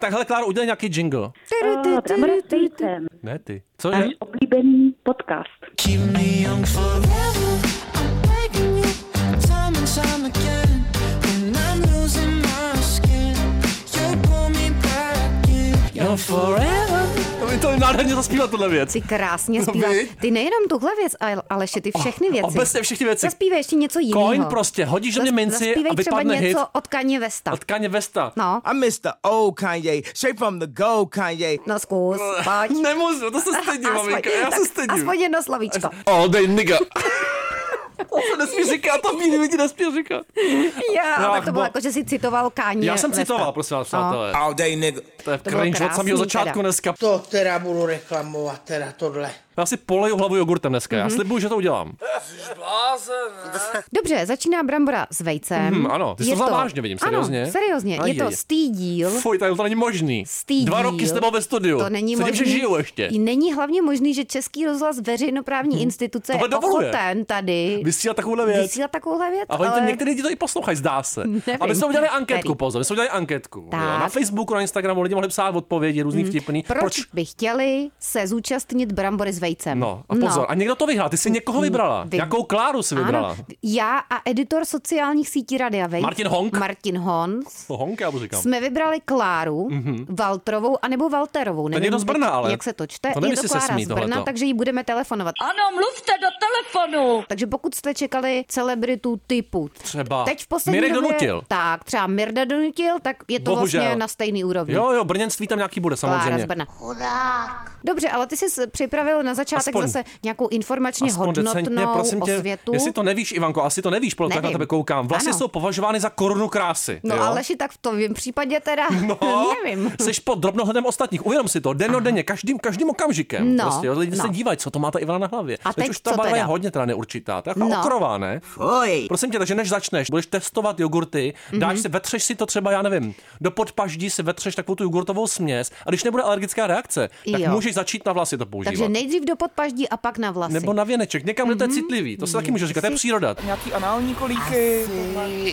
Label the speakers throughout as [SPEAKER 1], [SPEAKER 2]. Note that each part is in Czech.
[SPEAKER 1] Tak hele, Kláro, udělej nějaký jingle.
[SPEAKER 2] Oh, Bramora s Tejcem,
[SPEAKER 1] Ne ty. Co je?
[SPEAKER 2] náš oblíbený podcast.
[SPEAKER 3] Keep me young forever. I'm begging you, time and time again. When I'm losing my skin, you pull me back in. Young forever.
[SPEAKER 1] Vy to nádherně zaspívat tohle věc.
[SPEAKER 4] Ty krásně
[SPEAKER 1] No,
[SPEAKER 4] zpíváš.
[SPEAKER 1] viď?
[SPEAKER 4] Ty nejenom tuhle věc, ale- Aleši, ty všechny věci.
[SPEAKER 1] Obecně všechny věci.
[SPEAKER 4] Zaspívej ještě něco jiného.
[SPEAKER 1] Coin prostě, hodíš do mě
[SPEAKER 4] Zas-
[SPEAKER 1] minci
[SPEAKER 4] zaspívej
[SPEAKER 1] a vypadne
[SPEAKER 4] třeba
[SPEAKER 1] hit.
[SPEAKER 4] něco od Kanye Vesta.
[SPEAKER 1] Od Kanye Vesta.
[SPEAKER 4] No,
[SPEAKER 5] I'm Mr. Old Kanye, straight from the gold Kanye.
[SPEAKER 4] no zkus, pojď.
[SPEAKER 1] Nemůžu, to se stydím, maminka, já
[SPEAKER 4] tak
[SPEAKER 1] se stydím.
[SPEAKER 4] aspoň jedno slovíčko.
[SPEAKER 1] All day nigga. to se nesmí říkat, to mi lidi nesmí říkat.
[SPEAKER 4] Já,
[SPEAKER 1] Ach,
[SPEAKER 4] tak to
[SPEAKER 1] bo-
[SPEAKER 4] bylo jako, že jsi citoval Kanye
[SPEAKER 1] Já jsem
[SPEAKER 4] Westa.
[SPEAKER 1] citoval, prostě. prosím vás, přátelé.
[SPEAKER 5] All day nigga.
[SPEAKER 1] To je
[SPEAKER 4] To bylo
[SPEAKER 1] cringe od
[SPEAKER 4] krásný
[SPEAKER 1] samého začátku
[SPEAKER 4] teda.
[SPEAKER 1] dneska.
[SPEAKER 6] To teda budu reklamovat, teda tohle.
[SPEAKER 1] Já si poleju hlavu jogurtem dneska,
[SPEAKER 4] Mhm.
[SPEAKER 1] já slibuju, že to udělám.
[SPEAKER 4] Dobře, začíná brambora s vejcem.
[SPEAKER 1] Mhm, ano, ty jsi
[SPEAKER 4] Je
[SPEAKER 1] to vzala vážně, vidím, seriózně?
[SPEAKER 4] Ano, seriózně, je
[SPEAKER 1] Ajej.
[SPEAKER 4] to stý díl.
[SPEAKER 1] Fuj, tady to není možný.
[SPEAKER 4] Stý
[SPEAKER 1] Dva
[SPEAKER 4] díl.
[SPEAKER 1] roky s tebou ve studiu.
[SPEAKER 4] To není
[SPEAKER 1] Co tím,
[SPEAKER 4] možný.
[SPEAKER 1] že žiju ještě. Hm.
[SPEAKER 4] Není hlavně možný, že Český rozhlas veřejnoprávní instituce
[SPEAKER 1] Tohle
[SPEAKER 4] je
[SPEAKER 1] dovoluje.
[SPEAKER 4] ochoten tady
[SPEAKER 1] Vysílat takovouhle věc.
[SPEAKER 4] vysílat takovouhle věc.
[SPEAKER 1] A oni to některé lidi to i poslouchají, zdá se. A my jsme udělali anketku,
[SPEAKER 4] Nevím.
[SPEAKER 1] pozor, my jsme udělali anketku.
[SPEAKER 4] Tak. Mm.
[SPEAKER 1] Jo, Na Facebooku, na Instagramu lidi mohli psát odpovědi, různý vtipný.
[SPEAKER 4] Proč, by chtěli se zúčastnit brambory s vejcem?
[SPEAKER 1] No, a pozor, a někdo to vyhrál, ty jsi někoho vybrala.
[SPEAKER 4] Mm, Vy-
[SPEAKER 1] Jakou Kláru si vybrala?
[SPEAKER 4] Ano, já a editor sociálních sítí Radia Wave,
[SPEAKER 1] Martin Honk.
[SPEAKER 4] Martin Hons,
[SPEAKER 1] To Honka, No, já mu říkám.
[SPEAKER 4] jsme vybrali Kláru,
[SPEAKER 1] Mhm.
[SPEAKER 4] mm-hmm. Valtrovou anebo Valterovou. Nevím,
[SPEAKER 1] někdo z Brna,
[SPEAKER 4] teď,
[SPEAKER 1] ale.
[SPEAKER 4] Jak se to čte?
[SPEAKER 1] To nevím,
[SPEAKER 4] je to
[SPEAKER 1] jestli se
[SPEAKER 4] Klára
[SPEAKER 1] smí
[SPEAKER 4] z Brna,
[SPEAKER 1] tohleto.
[SPEAKER 4] takže jí budeme telefonovat.
[SPEAKER 7] Ano, mluvte do telefonu.
[SPEAKER 4] Takže pokud jste čekali celebritu typu
[SPEAKER 1] Třeba
[SPEAKER 4] teď v poslední
[SPEAKER 1] Mirek
[SPEAKER 4] době,
[SPEAKER 1] Donutil.
[SPEAKER 4] tak třeba Mirda Donutil, tak je to
[SPEAKER 1] Bohužel.
[SPEAKER 4] vlastně na stejný úrovni.
[SPEAKER 1] Jo, jo, brněnství tam nějaký bude,
[SPEAKER 4] Klára z
[SPEAKER 1] samozřejmě.
[SPEAKER 4] Brna. Dobře, ale ty jsi s- připravil na začátek
[SPEAKER 1] Aspoň-
[SPEAKER 4] zase nějakou informačně
[SPEAKER 1] Aspoň decentně,
[SPEAKER 4] hodnotnou
[SPEAKER 1] prosím tě,
[SPEAKER 4] osvětu.
[SPEAKER 1] jestli to nevíš, Ivanko, asi to nevíš, proto tak na
[SPEAKER 4] Nevím.
[SPEAKER 1] tebe koukám. Vlastně
[SPEAKER 4] Ano.
[SPEAKER 1] jsou považovány za korunu krásy.
[SPEAKER 4] No
[SPEAKER 1] jo?
[SPEAKER 4] Aleši, tak v tom případě teda
[SPEAKER 1] No,
[SPEAKER 4] nevím.
[SPEAKER 1] Seš pod drobnohledem ostatních. Uvědom si to, denodenně, každým, každým okamžikem.
[SPEAKER 4] No,
[SPEAKER 1] prostě, jo, lidi
[SPEAKER 4] no.
[SPEAKER 1] se dívají, co to má ta Ivana na hlavě.
[SPEAKER 4] A teď
[SPEAKER 1] už ta
[SPEAKER 4] co
[SPEAKER 1] barva
[SPEAKER 4] teda?
[SPEAKER 1] je hodně teda neurčitá. To je no.
[SPEAKER 4] No.
[SPEAKER 1] okrová, ne?
[SPEAKER 5] Oj.
[SPEAKER 1] Prosím tě, takže než začneš, budeš testovat jogurty,
[SPEAKER 4] Mhm.
[SPEAKER 1] dáš si, vetřeš si to třeba, já nevím, do podpaždí si vetřeš takovou tu jogurtovou směs a když nebude alergická reakce, tak
[SPEAKER 4] Jo.
[SPEAKER 1] můžeš začít na vlasy to používat.
[SPEAKER 4] Takže nejdřív do podpaždí a pak na vlasy.
[SPEAKER 1] Nebo na věneček, někam, kde to
[SPEAKER 4] Mhm.
[SPEAKER 1] je citlivý. To se taky může říkat, to je příroda.
[SPEAKER 5] Nějaký anální kolíky.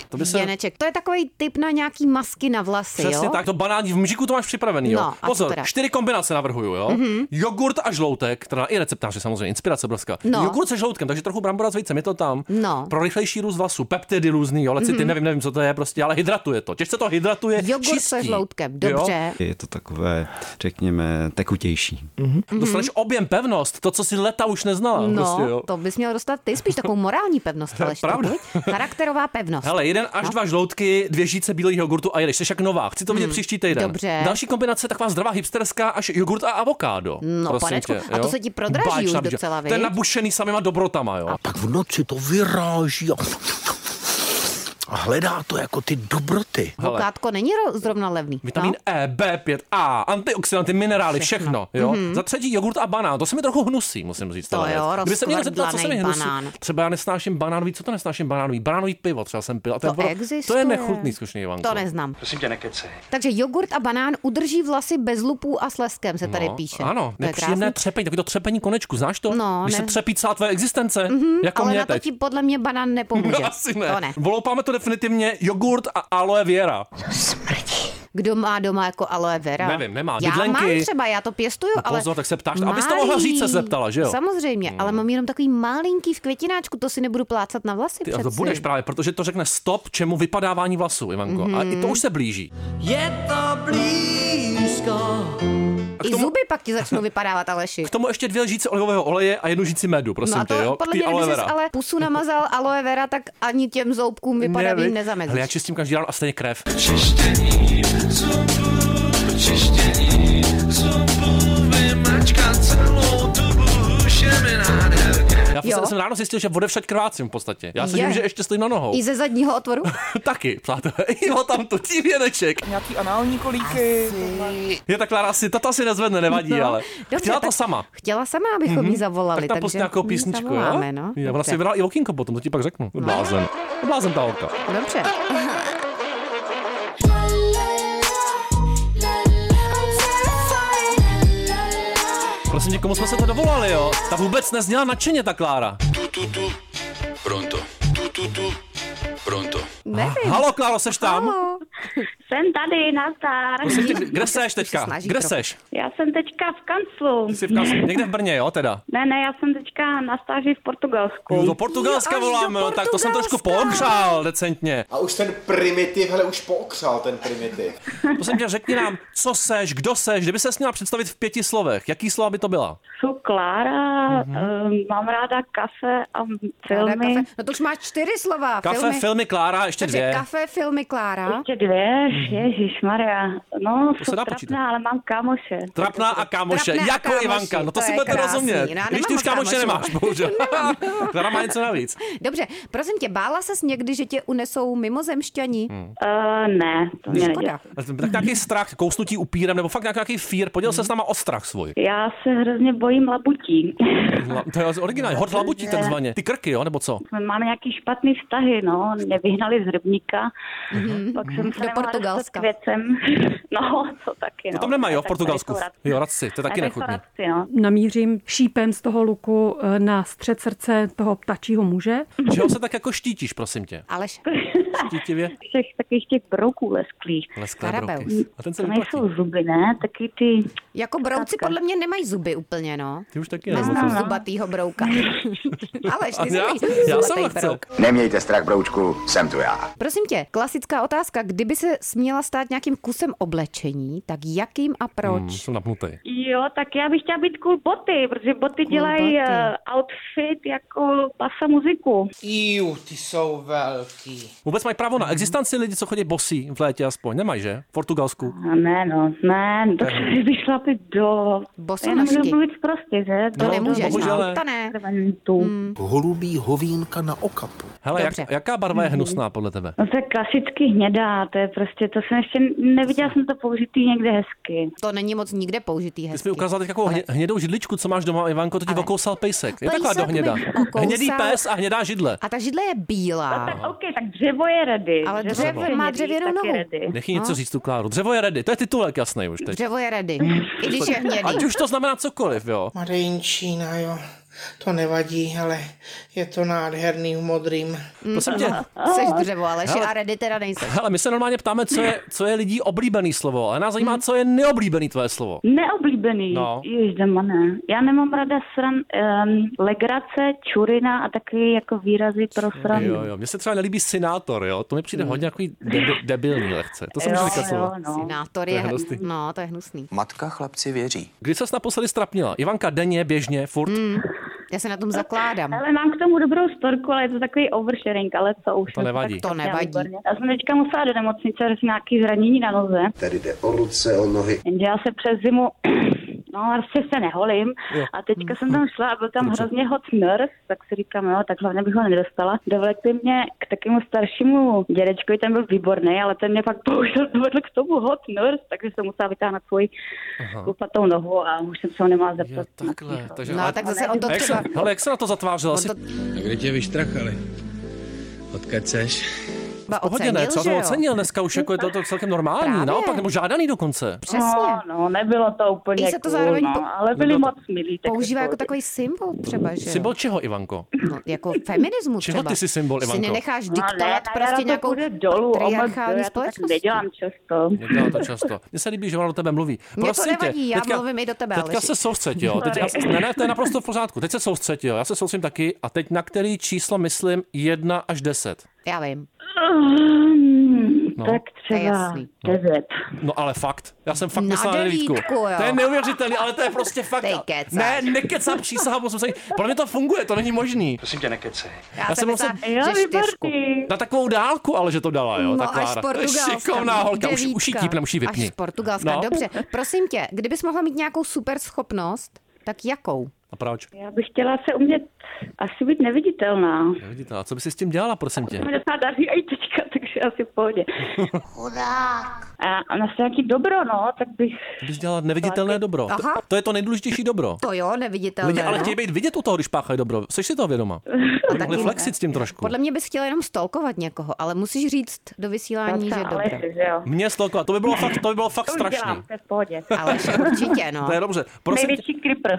[SPEAKER 1] To by se...
[SPEAKER 4] Věneček. To je takový typ na nějaký masky na vlasy,
[SPEAKER 1] Přesně
[SPEAKER 4] jo?
[SPEAKER 1] tak, to banální v mžiku to máš připravený, jo.
[SPEAKER 4] No, a co
[SPEAKER 1] Pozor,
[SPEAKER 4] teda? Mhm.
[SPEAKER 1] čtyři kombinace navrhuju, jo. Jogurt a žloutek, teda i receptáři samozřejmě, inspirace obrovská.
[SPEAKER 4] No.
[SPEAKER 1] Jogurt se žloutkem, takže trochu brambora s vejcem, je to tam.
[SPEAKER 4] No. Mhm.
[SPEAKER 1] Pro rychlejší růst vlasů, peptidy různý, jo, leci, ty nevím, nevím, co to je, prostě, ale hydratuje to. Těžce to hydratuje,
[SPEAKER 4] Jogurt
[SPEAKER 1] čistí.
[SPEAKER 4] se žloutkem,
[SPEAKER 1] jo.
[SPEAKER 4] dobře.
[SPEAKER 8] Je to takové, řekněme, tekutější.
[SPEAKER 1] Dostaneš objem pevnost, to, co si leta už neznala.
[SPEAKER 4] mhm. No,
[SPEAKER 1] prostě, jo.
[SPEAKER 4] to bys měl dostat ty spíš takovou morální pevnost, ale
[SPEAKER 1] Pravda.
[SPEAKER 4] Charakterová pevnost.
[SPEAKER 1] Hele, jeden až
[SPEAKER 4] No.
[SPEAKER 1] dva žloutky, dvě žíce bílého jogurtu a jedeš. Jsi jak nová. Chci to vidět příští týden.
[SPEAKER 4] Hmm, dobře.
[SPEAKER 1] Další kombinace taková zdravá hipsterská až jogurt a avokádo.
[SPEAKER 4] No,
[SPEAKER 1] Prosím
[SPEAKER 4] panečku,
[SPEAKER 1] tě,
[SPEAKER 4] a to
[SPEAKER 1] jo?
[SPEAKER 4] se ti prodraží už
[SPEAKER 1] nabíže.
[SPEAKER 4] docela,
[SPEAKER 1] To je
[SPEAKER 4] viď?
[SPEAKER 1] nabušený samýma dobrotama, jo.
[SPEAKER 6] Tak v noci to vyráží a... a hledá to jako ty dobroty.
[SPEAKER 4] Avokádko není ro- zrovna levný.
[SPEAKER 1] Vitamin
[SPEAKER 4] no?
[SPEAKER 1] E, B5A, antioxidanty, minerály, všechno. jo? Za třetí jogurt a banán, to se mi trochu hnusí, musím říct.
[SPEAKER 4] Mhm. To
[SPEAKER 1] ale
[SPEAKER 4] jo,
[SPEAKER 1] Kdyby se měl zeptat, co se mi
[SPEAKER 4] rozkvrdlanej
[SPEAKER 1] hnusí.
[SPEAKER 4] banán.
[SPEAKER 1] Třeba já nesnáším banánový, co to nesnáším banánový? Banánový pivo třeba jsem pil. A
[SPEAKER 4] To
[SPEAKER 1] bylo- To
[SPEAKER 4] existuje.
[SPEAKER 1] je nechutný, skutečně, Ivanko.
[SPEAKER 4] To neznám. Prosím tě, nekecej. Takže jogurt a banán udrží vlasy bez lupů a s leskem, se tady
[SPEAKER 1] No,
[SPEAKER 4] píše.
[SPEAKER 1] Ano,
[SPEAKER 4] to je
[SPEAKER 1] nepříjemné
[SPEAKER 4] krásný.
[SPEAKER 1] třepení, takový to třepení konečku, znáš to?
[SPEAKER 4] No,
[SPEAKER 1] Když se
[SPEAKER 4] ne. Mhm,
[SPEAKER 1] třepí celá tvoje existence, mm-hmm, jako
[SPEAKER 4] Ale
[SPEAKER 1] mě
[SPEAKER 4] na to
[SPEAKER 1] teď. No,
[SPEAKER 4] ti podle mě banán nepomůže.
[SPEAKER 1] Asi ne.
[SPEAKER 4] To ne.
[SPEAKER 1] Voloupáme to definitivně jogurt a aloe vera.
[SPEAKER 4] Kdo má doma jako aloe vera?
[SPEAKER 1] Nevím, nemá.
[SPEAKER 4] Já
[SPEAKER 1] Bydlenky.
[SPEAKER 4] mám třeba, já to pěstuju,
[SPEAKER 1] No
[SPEAKER 4] ale...
[SPEAKER 1] pozor, tak se ptáš, abys to mohla říct, se zeptala, že jo? Hmm.
[SPEAKER 4] Samozřejmě, ale mám jenom takový malinký v květináčku, to si nebudu plácat na vlasy
[SPEAKER 1] Ty, a
[SPEAKER 4] přeci.
[SPEAKER 1] to budeš právě, protože to řekne stop čemu vypadávání vlasů, Ivanko. Mm-hmm. A
[SPEAKER 4] Mhm.
[SPEAKER 1] i to už se blíží.
[SPEAKER 3] Je to blízko.
[SPEAKER 4] I zuby pak ti začnou vypadávat, Aleši.
[SPEAKER 1] K tomu ještě dvě žíce olivového oleje a jednu žíci medu, prosím
[SPEAKER 4] No a
[SPEAKER 1] tě, jo?
[SPEAKER 4] to
[SPEAKER 1] k
[SPEAKER 4] podle
[SPEAKER 1] té
[SPEAKER 4] mě,
[SPEAKER 1] aloe
[SPEAKER 4] kdyby jsi
[SPEAKER 1] vera.
[SPEAKER 4] ale pusu namazal aloe vera, tak ani těm zoubkům vypadavým
[SPEAKER 1] Ne, vy- Hele, já
[SPEAKER 4] nezamezíš.
[SPEAKER 1] čistím každý ráno a stejně krev.
[SPEAKER 3] Čištění zubu, čištění zubu, vymačka celou dobu, šemi nádherně.
[SPEAKER 1] Já
[SPEAKER 4] Jo.
[SPEAKER 1] jsem ráno zjistil, že odevšať krvácím v podstatě. Já se
[SPEAKER 4] Je.
[SPEAKER 1] divím, že ještě stojím na nohou.
[SPEAKER 4] I ze zadního otvoru?
[SPEAKER 1] Taky, přátelé, jo, tam tu tím věneček. Nějaký anální kolíky. Je tak Klára asi, tato si nezvedne, nevadí, no, ale dobře, chtěla to
[SPEAKER 4] tak
[SPEAKER 1] sama. Mhm.
[SPEAKER 4] Chtěla sama, abychom mm-hmm. ji zavolali.
[SPEAKER 1] Tak tam
[SPEAKER 4] takže
[SPEAKER 1] pustí nějakou
[SPEAKER 4] ji
[SPEAKER 1] písničku, jo?
[SPEAKER 4] zavoláme, no.
[SPEAKER 1] Já, ona
[SPEAKER 4] Dobře. No.
[SPEAKER 1] si vydala i okýnko potom, to ti pak řeknu. Blázen. Blázen ta holka.
[SPEAKER 4] Dobře.
[SPEAKER 3] La, la, la, la, I'm terrified. La, la, la.
[SPEAKER 1] Prosím tě, komu jsme se to dovolali, jo? Ta vůbec nezněla nadšeně, ta Klára.
[SPEAKER 9] Pronto. Tu, tu, tu. Pronto.
[SPEAKER 4] Nevím.
[SPEAKER 1] Halo, Kláro, seš tam?
[SPEAKER 4] Halo.
[SPEAKER 2] Jsem tady, nazdar.
[SPEAKER 1] Prosím tě, kde
[SPEAKER 4] Trošku
[SPEAKER 1] seš
[SPEAKER 4] se
[SPEAKER 1] teďka?
[SPEAKER 4] snaží
[SPEAKER 1] Kde
[SPEAKER 4] trochu.
[SPEAKER 1] seš?
[SPEAKER 2] Já jsem teďka v kanclu.
[SPEAKER 1] Jsi v kanclu- někde v Brně, jo, teda?
[SPEAKER 2] Ne, ne, já jsem teďka na stáži v Portugalsku.
[SPEAKER 1] Jo, do Portugalska
[SPEAKER 4] Jo, až do
[SPEAKER 1] volám, no, tak to jsem trošku
[SPEAKER 4] Portugalska.
[SPEAKER 1] pookřál decentně.
[SPEAKER 9] A už ten primitiv, hele, už pookřál ten primitiv.
[SPEAKER 1] Prosím tě, řekni nám, co seš, kdo seš, kdyby ses měla představit v pěti slovech, jaký slova by to byla?
[SPEAKER 2] Jsou Klára,
[SPEAKER 1] Mhm.
[SPEAKER 2] mm-hmm. mám ráda kafe a
[SPEAKER 4] Ráda
[SPEAKER 2] filmy.
[SPEAKER 4] kafe. No to už máš čtyři slova.
[SPEAKER 1] Kafe, filmy, Klára, ještě
[SPEAKER 4] Takže
[SPEAKER 1] dvě.
[SPEAKER 4] kafe, filmy, Klára.
[SPEAKER 2] Ještě dvě, Ježíš Maria. No,
[SPEAKER 1] Mhm. To se
[SPEAKER 2] jsou
[SPEAKER 1] dá počítat.
[SPEAKER 2] trapná, ale mám kamoše.
[SPEAKER 1] Trapná a kámoše,
[SPEAKER 4] Trapné a
[SPEAKER 1] jako
[SPEAKER 4] kámoši,
[SPEAKER 1] Ivanka. No to,
[SPEAKER 4] to
[SPEAKER 1] si
[SPEAKER 4] je
[SPEAKER 1] budete
[SPEAKER 4] krásný.
[SPEAKER 1] rozumět.
[SPEAKER 4] No já
[SPEAKER 1] Když
[SPEAKER 4] nemám
[SPEAKER 1] ty už
[SPEAKER 4] moc
[SPEAKER 1] kámoše
[SPEAKER 4] kámošů.
[SPEAKER 1] nemáš, bohužel. Klára má něco navíc.
[SPEAKER 4] Dobře, prosím tě, bála ses někdy, že tě unesou mimozemšťani? Hmm.
[SPEAKER 2] Uh, ne, to mě nedělá.
[SPEAKER 4] Škoda.
[SPEAKER 1] Tak nějaký strach, kousnutí upírem, nebo fakt nějaký fear, poděl se s náma o strach svůj.
[SPEAKER 2] Já se hrozně bojím labutí.
[SPEAKER 1] Hla- To je originální, hod labutí takzvaně. Ty krky, jo, nebo co?
[SPEAKER 2] My máme nějaký špatný vztahy, no. Mě vyhnali z rybníka. Pak jsem se
[SPEAKER 4] Do
[SPEAKER 2] nemohla
[SPEAKER 4] Portugalska.
[SPEAKER 2] dostat k věcem. No, to taky, no.
[SPEAKER 1] To tam nemají, jo, v
[SPEAKER 2] Tak
[SPEAKER 1] Portugalsku.
[SPEAKER 2] tady jsou radci.
[SPEAKER 1] Jo, radci, to je taky
[SPEAKER 2] Tady jsou
[SPEAKER 1] nechutné.
[SPEAKER 2] radci, no.
[SPEAKER 10] namířím šípem z toho luku eh, na střed srdce toho ptačího muže.
[SPEAKER 1] Čeho se tak jako štítíš, prosím tě?
[SPEAKER 4] Aleš,
[SPEAKER 1] Štítivě?
[SPEAKER 2] Všech takových těch brouků lesklých.
[SPEAKER 1] Lesklé
[SPEAKER 4] Karabel.
[SPEAKER 1] broky. A ten se
[SPEAKER 2] To
[SPEAKER 1] vyplatí.
[SPEAKER 2] nejsou zuby, ne? Taky ty...
[SPEAKER 4] jako brouci
[SPEAKER 2] Zkrátka.
[SPEAKER 4] podle mě nemají zuby úplně, no.
[SPEAKER 1] Ty už taky nebo
[SPEAKER 4] Neznám
[SPEAKER 1] co?
[SPEAKER 4] zubatýho brouka. Aleš, ty jsi
[SPEAKER 1] Já-
[SPEAKER 4] takový
[SPEAKER 1] já
[SPEAKER 4] zubatý
[SPEAKER 1] jsem lehce.
[SPEAKER 4] brouk.
[SPEAKER 9] Nemějte strach, broučku, jsem tu já.
[SPEAKER 4] Prosím tě, klasická otázka, kdyby se směla stát nějakým kusem oblečení, tak jakým a proč?
[SPEAKER 1] Hm, Jsem napnutý.
[SPEAKER 2] Jo, tak já bych chtěla být cool boty, protože boty dělají
[SPEAKER 4] boty.
[SPEAKER 2] eh, outfit jako pasa muziku.
[SPEAKER 5] Iu, ty jsou velký.
[SPEAKER 1] Vůbec mají právo na existenci lidi, co chodí bosí v létě aspoň. Nemají, že? V Portugalsku.
[SPEAKER 2] A ne, no, ne, to se vyšla by do...
[SPEAKER 4] Bosonožky.
[SPEAKER 2] Já nemůžu mluvit prostě, že?
[SPEAKER 4] To
[SPEAKER 2] do,
[SPEAKER 4] nemůžeš,
[SPEAKER 1] bohužel
[SPEAKER 4] no.
[SPEAKER 1] ne.
[SPEAKER 4] To ne.
[SPEAKER 2] Trvantu.
[SPEAKER 6] Holubí hovínka na okapu.
[SPEAKER 1] Hele, jak,
[SPEAKER 4] Dobře. Mhm.
[SPEAKER 1] jaká barva je hnusná podle tebe?
[SPEAKER 2] No to je klasicky hnědá, to je prostě, to jsem ještě neviděla, jsem to použitý někde hezky.
[SPEAKER 4] To není moc nikde použitý
[SPEAKER 1] Ty
[SPEAKER 4] hezky.
[SPEAKER 1] jsi mi ukázal teď takovou hně, hnědou židličku, co máš doma, Ivanko, to ti
[SPEAKER 4] Ale-
[SPEAKER 1] okousal pejsek. Je
[SPEAKER 4] Pejsek
[SPEAKER 1] taková do
[SPEAKER 4] mi
[SPEAKER 1] hněda.
[SPEAKER 4] okousal.
[SPEAKER 1] Hnědý pes a hnědá židle.
[SPEAKER 4] A ta židle je bílá.
[SPEAKER 2] Tak OK, tak dřevo je ready.
[SPEAKER 4] Ale
[SPEAKER 2] Dřevo
[SPEAKER 4] dřevo
[SPEAKER 2] je
[SPEAKER 4] má
[SPEAKER 2] hnědý,
[SPEAKER 4] dřevěnou
[SPEAKER 2] tak je
[SPEAKER 4] nohu.
[SPEAKER 2] ready.
[SPEAKER 1] Nechci něco říct tu Kláru. Dřevo je ready, to je titulek jasný už teď.
[SPEAKER 4] No. Dřevo je ready, i když je
[SPEAKER 1] Ať
[SPEAKER 4] hnědý.
[SPEAKER 1] už to znamená cokoliv, jo.
[SPEAKER 10] Madejnčína, jo. To nevadí, ale je to nádherný v modrým.
[SPEAKER 4] Mhm.
[SPEAKER 1] Prosím tě,
[SPEAKER 4] Seš dřevo, ale
[SPEAKER 1] Hele.
[SPEAKER 4] a ready teda nejseš.
[SPEAKER 1] hele, my se normálně ptáme, co je, co je lidí oblíbený slovo, ale nás
[SPEAKER 4] Mhm.
[SPEAKER 1] zajímá, co je neoblíbený tvoje slovo.
[SPEAKER 2] Neoblíbený.
[SPEAKER 1] No.
[SPEAKER 2] No. ne. Já nemám ráda sran, um, legrace, čurina a taky jako výrazy pro srandu.
[SPEAKER 1] Jo, jo, mně se třeba nelíbí synátor, jo, to mi
[SPEAKER 4] Hmm.
[SPEAKER 1] přijde hodně jako debil, debilní lehce. To jsem už říkal slovo.
[SPEAKER 2] no.
[SPEAKER 4] Nátor
[SPEAKER 1] je
[SPEAKER 4] je,
[SPEAKER 1] hnusný.
[SPEAKER 4] no, to je hnusný.
[SPEAKER 3] Matka chlapci věří.
[SPEAKER 1] Kdy ses naposledy strapnila? Ivanka denně, běžně, furt.
[SPEAKER 4] Hmm. Já se na tom zakládám.
[SPEAKER 2] Ale mám k tomu dobrou storku, ale je to takový oversharing, ale co už. jako
[SPEAKER 1] To nevadí.
[SPEAKER 4] To nevadí.
[SPEAKER 2] výborně. Já jsem teďka musela do nemocnice, protože jsem nějaký zranění na noze,
[SPEAKER 9] Tady jde o ruce, o nohy.
[SPEAKER 2] jenže já se přes zimu No, prostě se neholím. A
[SPEAKER 1] Mhm.
[SPEAKER 2] teďka jsem tam šla a byl tam hrozně hot nurse, tak si říkám, jo, tak hlavně bych ho nedostala. Dovlekli mě k takému staršímu dědečkovi, ten byl výborný, ale ten mě pak bohužel dovedl k tomu hot nurse, takže jsem musela vytáhnout svoji kupatou nohu a už jsem se ho nemala
[SPEAKER 1] Jo,
[SPEAKER 2] zeptat.
[SPEAKER 1] takhle. Takže,
[SPEAKER 4] No,
[SPEAKER 1] ale-
[SPEAKER 4] tak zase on to
[SPEAKER 1] A jak se,
[SPEAKER 4] třeba...
[SPEAKER 1] hele, jak se na to zatvářela?
[SPEAKER 4] On
[SPEAKER 1] Jsi
[SPEAKER 4] to
[SPEAKER 6] A kde tě vyštrachali? Odkud seš?
[SPEAKER 4] třeba
[SPEAKER 1] Pohodě ne,
[SPEAKER 4] ocenil,
[SPEAKER 1] třeba
[SPEAKER 4] že
[SPEAKER 1] to
[SPEAKER 4] jo?
[SPEAKER 1] ocenil dneska už, jako je to, to celkem normální,
[SPEAKER 4] Právě.
[SPEAKER 1] naopak, nebo žádaný dokonce.
[SPEAKER 4] Přesně.
[SPEAKER 2] No, no, nebylo to úplně
[SPEAKER 4] I se to
[SPEAKER 2] cool,
[SPEAKER 4] zároveň po-
[SPEAKER 2] no, ale byli
[SPEAKER 1] Nebylo
[SPEAKER 2] moc milí. tak
[SPEAKER 4] Používá jako
[SPEAKER 2] to-
[SPEAKER 4] takový symbol třeba, že jo?
[SPEAKER 1] Symbol čeho, Ivanko?
[SPEAKER 4] No, jako feminismu
[SPEAKER 1] Čeho
[SPEAKER 4] třeba.
[SPEAKER 1] ty jsi symbol,
[SPEAKER 4] Si
[SPEAKER 1] Ivanko?
[SPEAKER 4] nenecháš
[SPEAKER 2] No, ne,
[SPEAKER 4] diktovat
[SPEAKER 2] ne, já
[SPEAKER 4] prostě
[SPEAKER 2] to
[SPEAKER 4] nějakou
[SPEAKER 2] půjde dolů, oh my God,
[SPEAKER 4] patriarchální
[SPEAKER 2] já to tak
[SPEAKER 4] společnost.
[SPEAKER 2] nedělám často.
[SPEAKER 1] Dělá to často. Mně se líbí, že ona do tebe mluví.
[SPEAKER 4] Mně to nevadí, já mluvím i do tebe,
[SPEAKER 1] Teďka
[SPEAKER 4] Aleši.
[SPEAKER 1] se soustřed, jo. Teď, já,
[SPEAKER 2] Sorry.
[SPEAKER 1] ne, ne, to je naprosto v pořádku. Teď se soustřed, jo. Já se soustředím taky. A teď na který číslo myslím 1 až 10?
[SPEAKER 4] Já vím.
[SPEAKER 2] Um,
[SPEAKER 1] No.
[SPEAKER 2] Tak
[SPEAKER 4] To je
[SPEAKER 2] třeba
[SPEAKER 4] jasný.
[SPEAKER 2] devět.
[SPEAKER 1] No ale fakt. Já jsem fakt
[SPEAKER 4] Na
[SPEAKER 1] myslel na devítku.
[SPEAKER 4] devítku, jo.
[SPEAKER 1] To je neuvěřitelný, ale to je prostě fakt.
[SPEAKER 4] Ty kecáš.
[SPEAKER 1] ne, nekecám, přísahám, musím se... Podle mě to funguje, to není možný.
[SPEAKER 9] Prosím tě, nekecej.
[SPEAKER 4] Já,
[SPEAKER 1] Já jsem
[SPEAKER 4] já jsem myslela,
[SPEAKER 2] Jo,
[SPEAKER 4] že čtyřku.
[SPEAKER 2] výborný.
[SPEAKER 1] Na takovou dálku, ale že to dala, jo.
[SPEAKER 4] No
[SPEAKER 1] ta
[SPEAKER 4] až
[SPEAKER 1] Klára. To je
[SPEAKER 4] Portugalska.
[SPEAKER 1] Šikovná holka, už, už jí
[SPEAKER 4] devítka.
[SPEAKER 1] típnem, už jí vypni.
[SPEAKER 4] Až Portugalska,
[SPEAKER 1] No.
[SPEAKER 4] dobře. Prosím tě, kdybys mohla mít nějakou super schopnost, tak jakou?
[SPEAKER 1] A proč?
[SPEAKER 2] Já bych chtěla se umět asi být neviditelná.
[SPEAKER 1] Vidíte, a co by si s tím dělala, prosím tě?
[SPEAKER 2] To mi docela daří i teďka, takže asi v pohodě. A, a na nějaký dobro, no, tak bych...
[SPEAKER 1] Ty Bys dělala neviditelné dobro.
[SPEAKER 4] Aha.
[SPEAKER 1] To, to je to nejdůležitější dobro.
[SPEAKER 4] To jo, neviditelné.
[SPEAKER 1] Lidi ale
[SPEAKER 4] no.
[SPEAKER 1] chtějí být vidět u toho, když páchají dobro. Jsi si toho vědoma? Oni mohli
[SPEAKER 4] taky-
[SPEAKER 1] flexit s tím trošku.
[SPEAKER 4] Podle mě bys chtěla jenom stolkovat někoho, ale musíš říct do vysílání,
[SPEAKER 1] No
[SPEAKER 4] že
[SPEAKER 2] Ani, ale
[SPEAKER 4] dobré.
[SPEAKER 2] ještě, že jo.
[SPEAKER 1] Mě stolkovat, to by bylo fakt, to by bylo fakt
[SPEAKER 2] To už
[SPEAKER 1] strašný.
[SPEAKER 2] dělám, to je v pohodě.
[SPEAKER 4] Ale určitě, no.
[SPEAKER 1] To je dobře. Prosím, tě,
[SPEAKER 2] Největší kripr.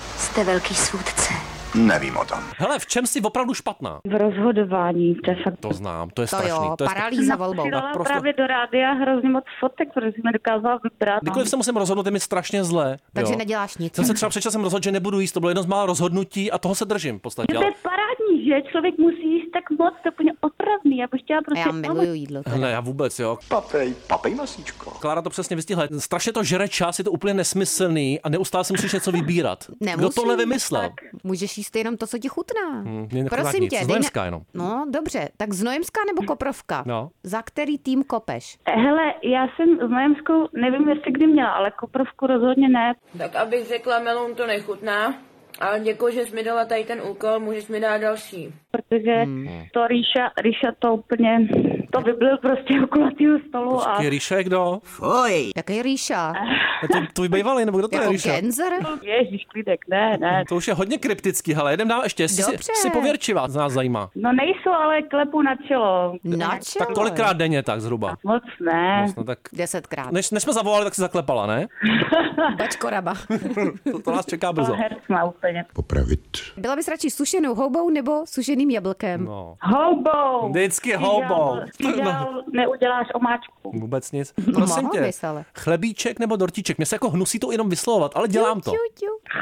[SPEAKER 7] Jste velký svůdce.
[SPEAKER 9] Nevím o tom.
[SPEAKER 1] Hele, v čem jsi opravdu špatná?
[SPEAKER 2] V rozhodování, to je fakt...
[SPEAKER 1] To znám, to je
[SPEAKER 4] To
[SPEAKER 1] strašný.
[SPEAKER 4] jo,
[SPEAKER 1] to je
[SPEAKER 4] paralýza volbou.
[SPEAKER 2] Přidala
[SPEAKER 1] naprosto-
[SPEAKER 2] právě do rádia hrozně moc fotek, protože jsem nedokázala vybrat.
[SPEAKER 1] Kdykoliv se musím rozhodnout, je mi strašně zlé.
[SPEAKER 4] Takže
[SPEAKER 1] jo.
[SPEAKER 4] neděláš nic.
[SPEAKER 1] Jsem se třeba přečas jsem rozhodl, že nebudu jíst, to bylo jedno z mála rozhodnutí a toho se držím v podstatě.
[SPEAKER 2] Že to
[SPEAKER 1] Ale...
[SPEAKER 2] je parádní, že člověk musí jíst tak moc, to je úplně otravný. Já bych chtěla
[SPEAKER 4] A
[SPEAKER 2] prostě...
[SPEAKER 4] já miluju jídlo. teda.
[SPEAKER 1] Ne, já vůbec, jo.
[SPEAKER 9] Papej, papej masíčko.
[SPEAKER 1] Klára to přesně vystihla. Strašně to žere čas, je to úplně nesmyslný a neustále si musíš něco vybírat. Kdo
[SPEAKER 4] Nemusím,
[SPEAKER 1] tohle vymyslel?
[SPEAKER 4] Můžeš jíst jenom to, co ti chutná.
[SPEAKER 1] Hmm, mě nechutná
[SPEAKER 4] jako Prosím
[SPEAKER 1] nic.
[SPEAKER 4] tě,
[SPEAKER 1] Z
[SPEAKER 4] dej
[SPEAKER 1] Znojemska jenom.
[SPEAKER 4] No, dobře. Tak Znojemská nebo Koprovka?
[SPEAKER 1] No.
[SPEAKER 4] Za který tým kopeš?
[SPEAKER 2] Hele, já jsem s Majemskou, nevím, jestli kdy měla, ale koprovku rozhodně ne.
[SPEAKER 11] Tak abych řekla, melon to nechutná, ale děkuji, že jsi mi dala tady ten úkol, můžeš mi dát další.
[SPEAKER 2] protože
[SPEAKER 1] Hmm.
[SPEAKER 2] to Ríša, Ríša to úplně, to vybil prostě u kulatého stolu a
[SPEAKER 1] Je Ríša je kdo?
[SPEAKER 4] Jaký Ríša?
[SPEAKER 1] Je to tvůj bývalý, nebo kdo to je
[SPEAKER 4] Jako
[SPEAKER 1] Ríša?
[SPEAKER 4] Genzer?
[SPEAKER 2] ježíš, klidek, ne, ne.
[SPEAKER 1] To už je hodně kryptický, ale jedem dál ještě. Jsi,
[SPEAKER 4] Dobře.
[SPEAKER 1] jsi pověrčivá, z nás zajímá.
[SPEAKER 2] No nejsou, ale klepu na čelo.
[SPEAKER 4] Na čele.
[SPEAKER 1] Tak kolikrát denně tak zhruba?
[SPEAKER 2] Moc ne.
[SPEAKER 1] No, tak...
[SPEAKER 4] Desetkrát.
[SPEAKER 1] Než, než jsme zavolali, tak se zaklepala, ne?
[SPEAKER 4] Bačko raba.
[SPEAKER 1] To, to nás čeká
[SPEAKER 2] To
[SPEAKER 1] brzo.
[SPEAKER 2] herc má úplně.
[SPEAKER 4] Byla bys radši sušenou houbou nebo sušeným jablkem? No.
[SPEAKER 2] Houbou.
[SPEAKER 1] Vždycky houbou. No.
[SPEAKER 2] Ideál, neuděláš omáčku.
[SPEAKER 1] Vůbec nic.
[SPEAKER 4] No,
[SPEAKER 1] Prosím
[SPEAKER 4] mohla
[SPEAKER 1] tě,
[SPEAKER 4] bys ale.
[SPEAKER 1] chlebíček nebo dortíček? Mně se jako hnusí to jenom vyslovovat, ale dělám to.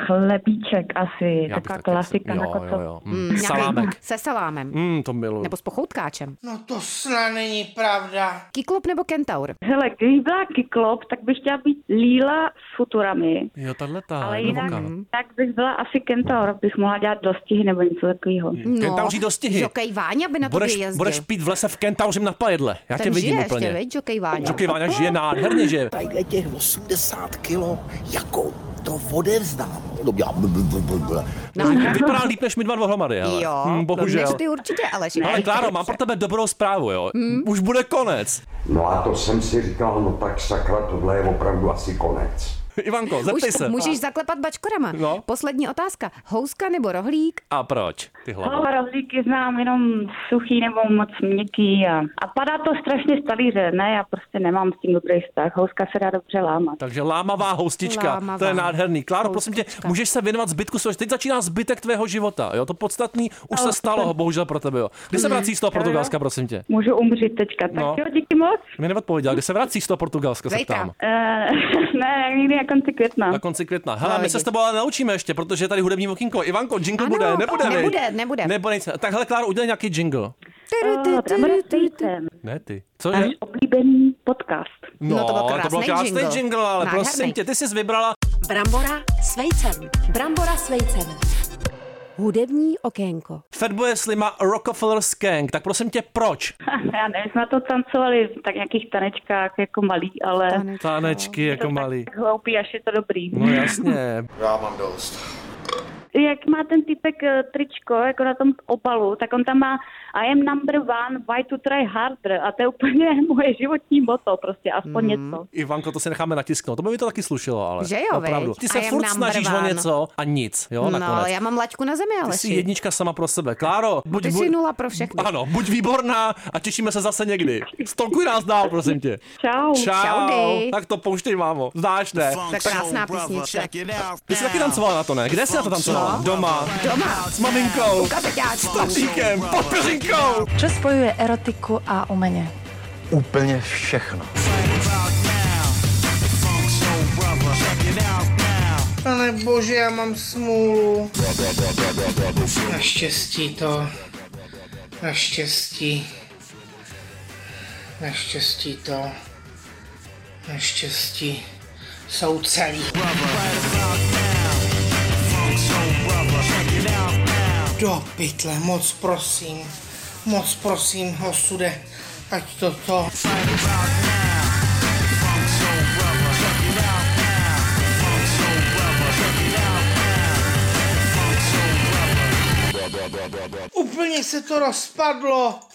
[SPEAKER 2] Chlebíček asi,
[SPEAKER 1] Já bych
[SPEAKER 2] taková
[SPEAKER 1] taky-
[SPEAKER 2] klasika jako
[SPEAKER 1] Jo,
[SPEAKER 2] na
[SPEAKER 1] jo,
[SPEAKER 2] koco.
[SPEAKER 1] jo. Mm, salámek.
[SPEAKER 4] Se salámem.
[SPEAKER 1] Mm, to miluju.
[SPEAKER 4] Nebo s pochoutkáčem.
[SPEAKER 10] No to snad není pravda.
[SPEAKER 4] Kiklop nebo kentaur?
[SPEAKER 2] Hele, kdybych byla kyklop, tak bych chtěla být líla s futurami.
[SPEAKER 1] Jo, tahle ta.
[SPEAKER 2] Ale jinak, tak bych byla asi kentaur, bych mohla dělat dostihy nebo něco takového.
[SPEAKER 1] Kentauří dostihy.
[SPEAKER 4] Žokej Váňa by na
[SPEAKER 1] No. Budeš,
[SPEAKER 4] tobě jezdil.
[SPEAKER 1] budeš pít v lese v kentauřím na pajedle. Já tě
[SPEAKER 4] Ten
[SPEAKER 1] vidím
[SPEAKER 4] žije
[SPEAKER 1] úplně.
[SPEAKER 4] ještě, veď, Žokej Váňa.
[SPEAKER 1] Čuky Váňa žije nádherně, že?
[SPEAKER 6] Tadyhle těch 80 kilo, jako to odevzdám. No, já bl- bl- bl- bl- bl.
[SPEAKER 1] Vypadá líp než my dva dohromady, hele.
[SPEAKER 4] Jo,
[SPEAKER 1] Hm, bohužel.
[SPEAKER 4] než ty Mm. určitě, Aleš.
[SPEAKER 1] Ale Kláro, mám pro tebe dobrou zprávu, jo. Už bude konec.
[SPEAKER 9] No a to jsem si říkal, no tak sakra, tohle je opravdu asi konec.
[SPEAKER 1] Ivanko, zeptej
[SPEAKER 4] Už
[SPEAKER 1] se.
[SPEAKER 4] můžeš zaklepat bačkorama.
[SPEAKER 1] No.
[SPEAKER 4] Poslední otázka. Houska nebo rohlík?
[SPEAKER 1] A proč? Ty hlava.
[SPEAKER 2] No, rohlíky znám jenom suchý nebo moc měkký a, a padá to strašně z talíře. Ne, já prostě nemám s tím dobrý vztah. Houska se dá dobře lámat.
[SPEAKER 1] Takže lámavá hostička,
[SPEAKER 4] Lámavá
[SPEAKER 1] to je nádherný. Kláro,
[SPEAKER 4] houstička.
[SPEAKER 1] prosím tě, můžeš se věnovat zbytku svého, teď začíná zbytek tvého života, jo, to podstatný už se stalo, bohužel pro tebe, jo. Kdy se vracíš z toho Portugalska, prosím tě?
[SPEAKER 2] Můžu umřít teďka. Tak
[SPEAKER 1] No.
[SPEAKER 2] jo, díky moc.
[SPEAKER 1] Mi neodpověděla, kdy se vracíš z toho Portugalska, se
[SPEAKER 4] Zítra.
[SPEAKER 1] ptám.
[SPEAKER 2] Eh, ne, někdy na konci května.
[SPEAKER 1] Na konci května. Hele,
[SPEAKER 4] No,
[SPEAKER 1] my se s
[SPEAKER 4] vidíš.
[SPEAKER 1] tebou ale naučíme ještě, protože je tady hudební okýnko. Ivanko, jingle
[SPEAKER 4] Ano,
[SPEAKER 1] bude, nebude, viď?
[SPEAKER 4] nebude, nebude.
[SPEAKER 1] Nebo nejsem. Tak hele, Kláro, udělej nějaký jingle.
[SPEAKER 2] Oh, Bramrstejcem,
[SPEAKER 1] Ne ty. Co je?
[SPEAKER 2] náš oblíbený podcast.
[SPEAKER 4] No, to byl
[SPEAKER 1] to byl
[SPEAKER 4] krásný
[SPEAKER 1] krásný
[SPEAKER 4] jingle.
[SPEAKER 1] jingle, ale
[SPEAKER 4] Nádherný.
[SPEAKER 1] prosím tě, ty jsi vybrala
[SPEAKER 12] Brambora s vejcem. Brambora s vejcem. Hudební okénko.
[SPEAKER 1] Fatboy Slima Rockefeller Skank. Tak prosím tě, proč?
[SPEAKER 2] Já nevím, jsme to tancovali v tak nějakých tanečkách jako malý, ale
[SPEAKER 1] Tánečky jako malý.
[SPEAKER 2] tak hloupý, až je to dobrý.
[SPEAKER 1] No jasně.
[SPEAKER 9] Já mám dost.
[SPEAKER 2] Jak má ten typek eh, tričko, jako na tom obalu, tak on tam má I am number one, why to try harder. A to je úplně moje životní moto, prostě aspoň něco.
[SPEAKER 1] Ivanko, to si necháme natisknout. To by mi to taky slušelo, ale.
[SPEAKER 4] Že jo,
[SPEAKER 1] opravdu.
[SPEAKER 4] viď?
[SPEAKER 1] Ty se
[SPEAKER 4] I am
[SPEAKER 1] furt
[SPEAKER 4] number
[SPEAKER 1] snažíš o
[SPEAKER 4] one.
[SPEAKER 1] něco a nic, jo,
[SPEAKER 4] No,
[SPEAKER 1] nakonec.
[SPEAKER 4] já mám laťku na zemi,
[SPEAKER 1] Ty
[SPEAKER 4] ale
[SPEAKER 1] jsi jednička sama pro sebe. Kláro, buď,
[SPEAKER 4] Ty
[SPEAKER 1] buď,
[SPEAKER 4] jsi nula pro všechny.
[SPEAKER 1] ano, buď výborná a těšíme se zase někdy. Stolkuj nás dál, prosím tě.
[SPEAKER 2] Čau.
[SPEAKER 1] Čau.
[SPEAKER 4] Čaudy.
[SPEAKER 1] Tak to pouštěj, mámo. Znáš, ne?
[SPEAKER 4] Tak krásná písnička.
[SPEAKER 1] Ty jsi taky tancovala na to, ne? Kde jsi na to tancovala? Doma.
[SPEAKER 4] No. Doma.
[SPEAKER 1] S maminkou.
[SPEAKER 4] Kapeťáčku.
[SPEAKER 1] Tatíkem. Pod peřinkou.
[SPEAKER 13] Co spojuje erotiku a umění?
[SPEAKER 6] Úplně všechno.
[SPEAKER 10] Pane No bože, já mám smůlu. Naštěstí to. Naštěstí. Naštěstí to. Naštěstí. Jsou celý. Do pytle, moc prosím. Moc prosím, osude. Ať to to. Úplně se to rozpadlo.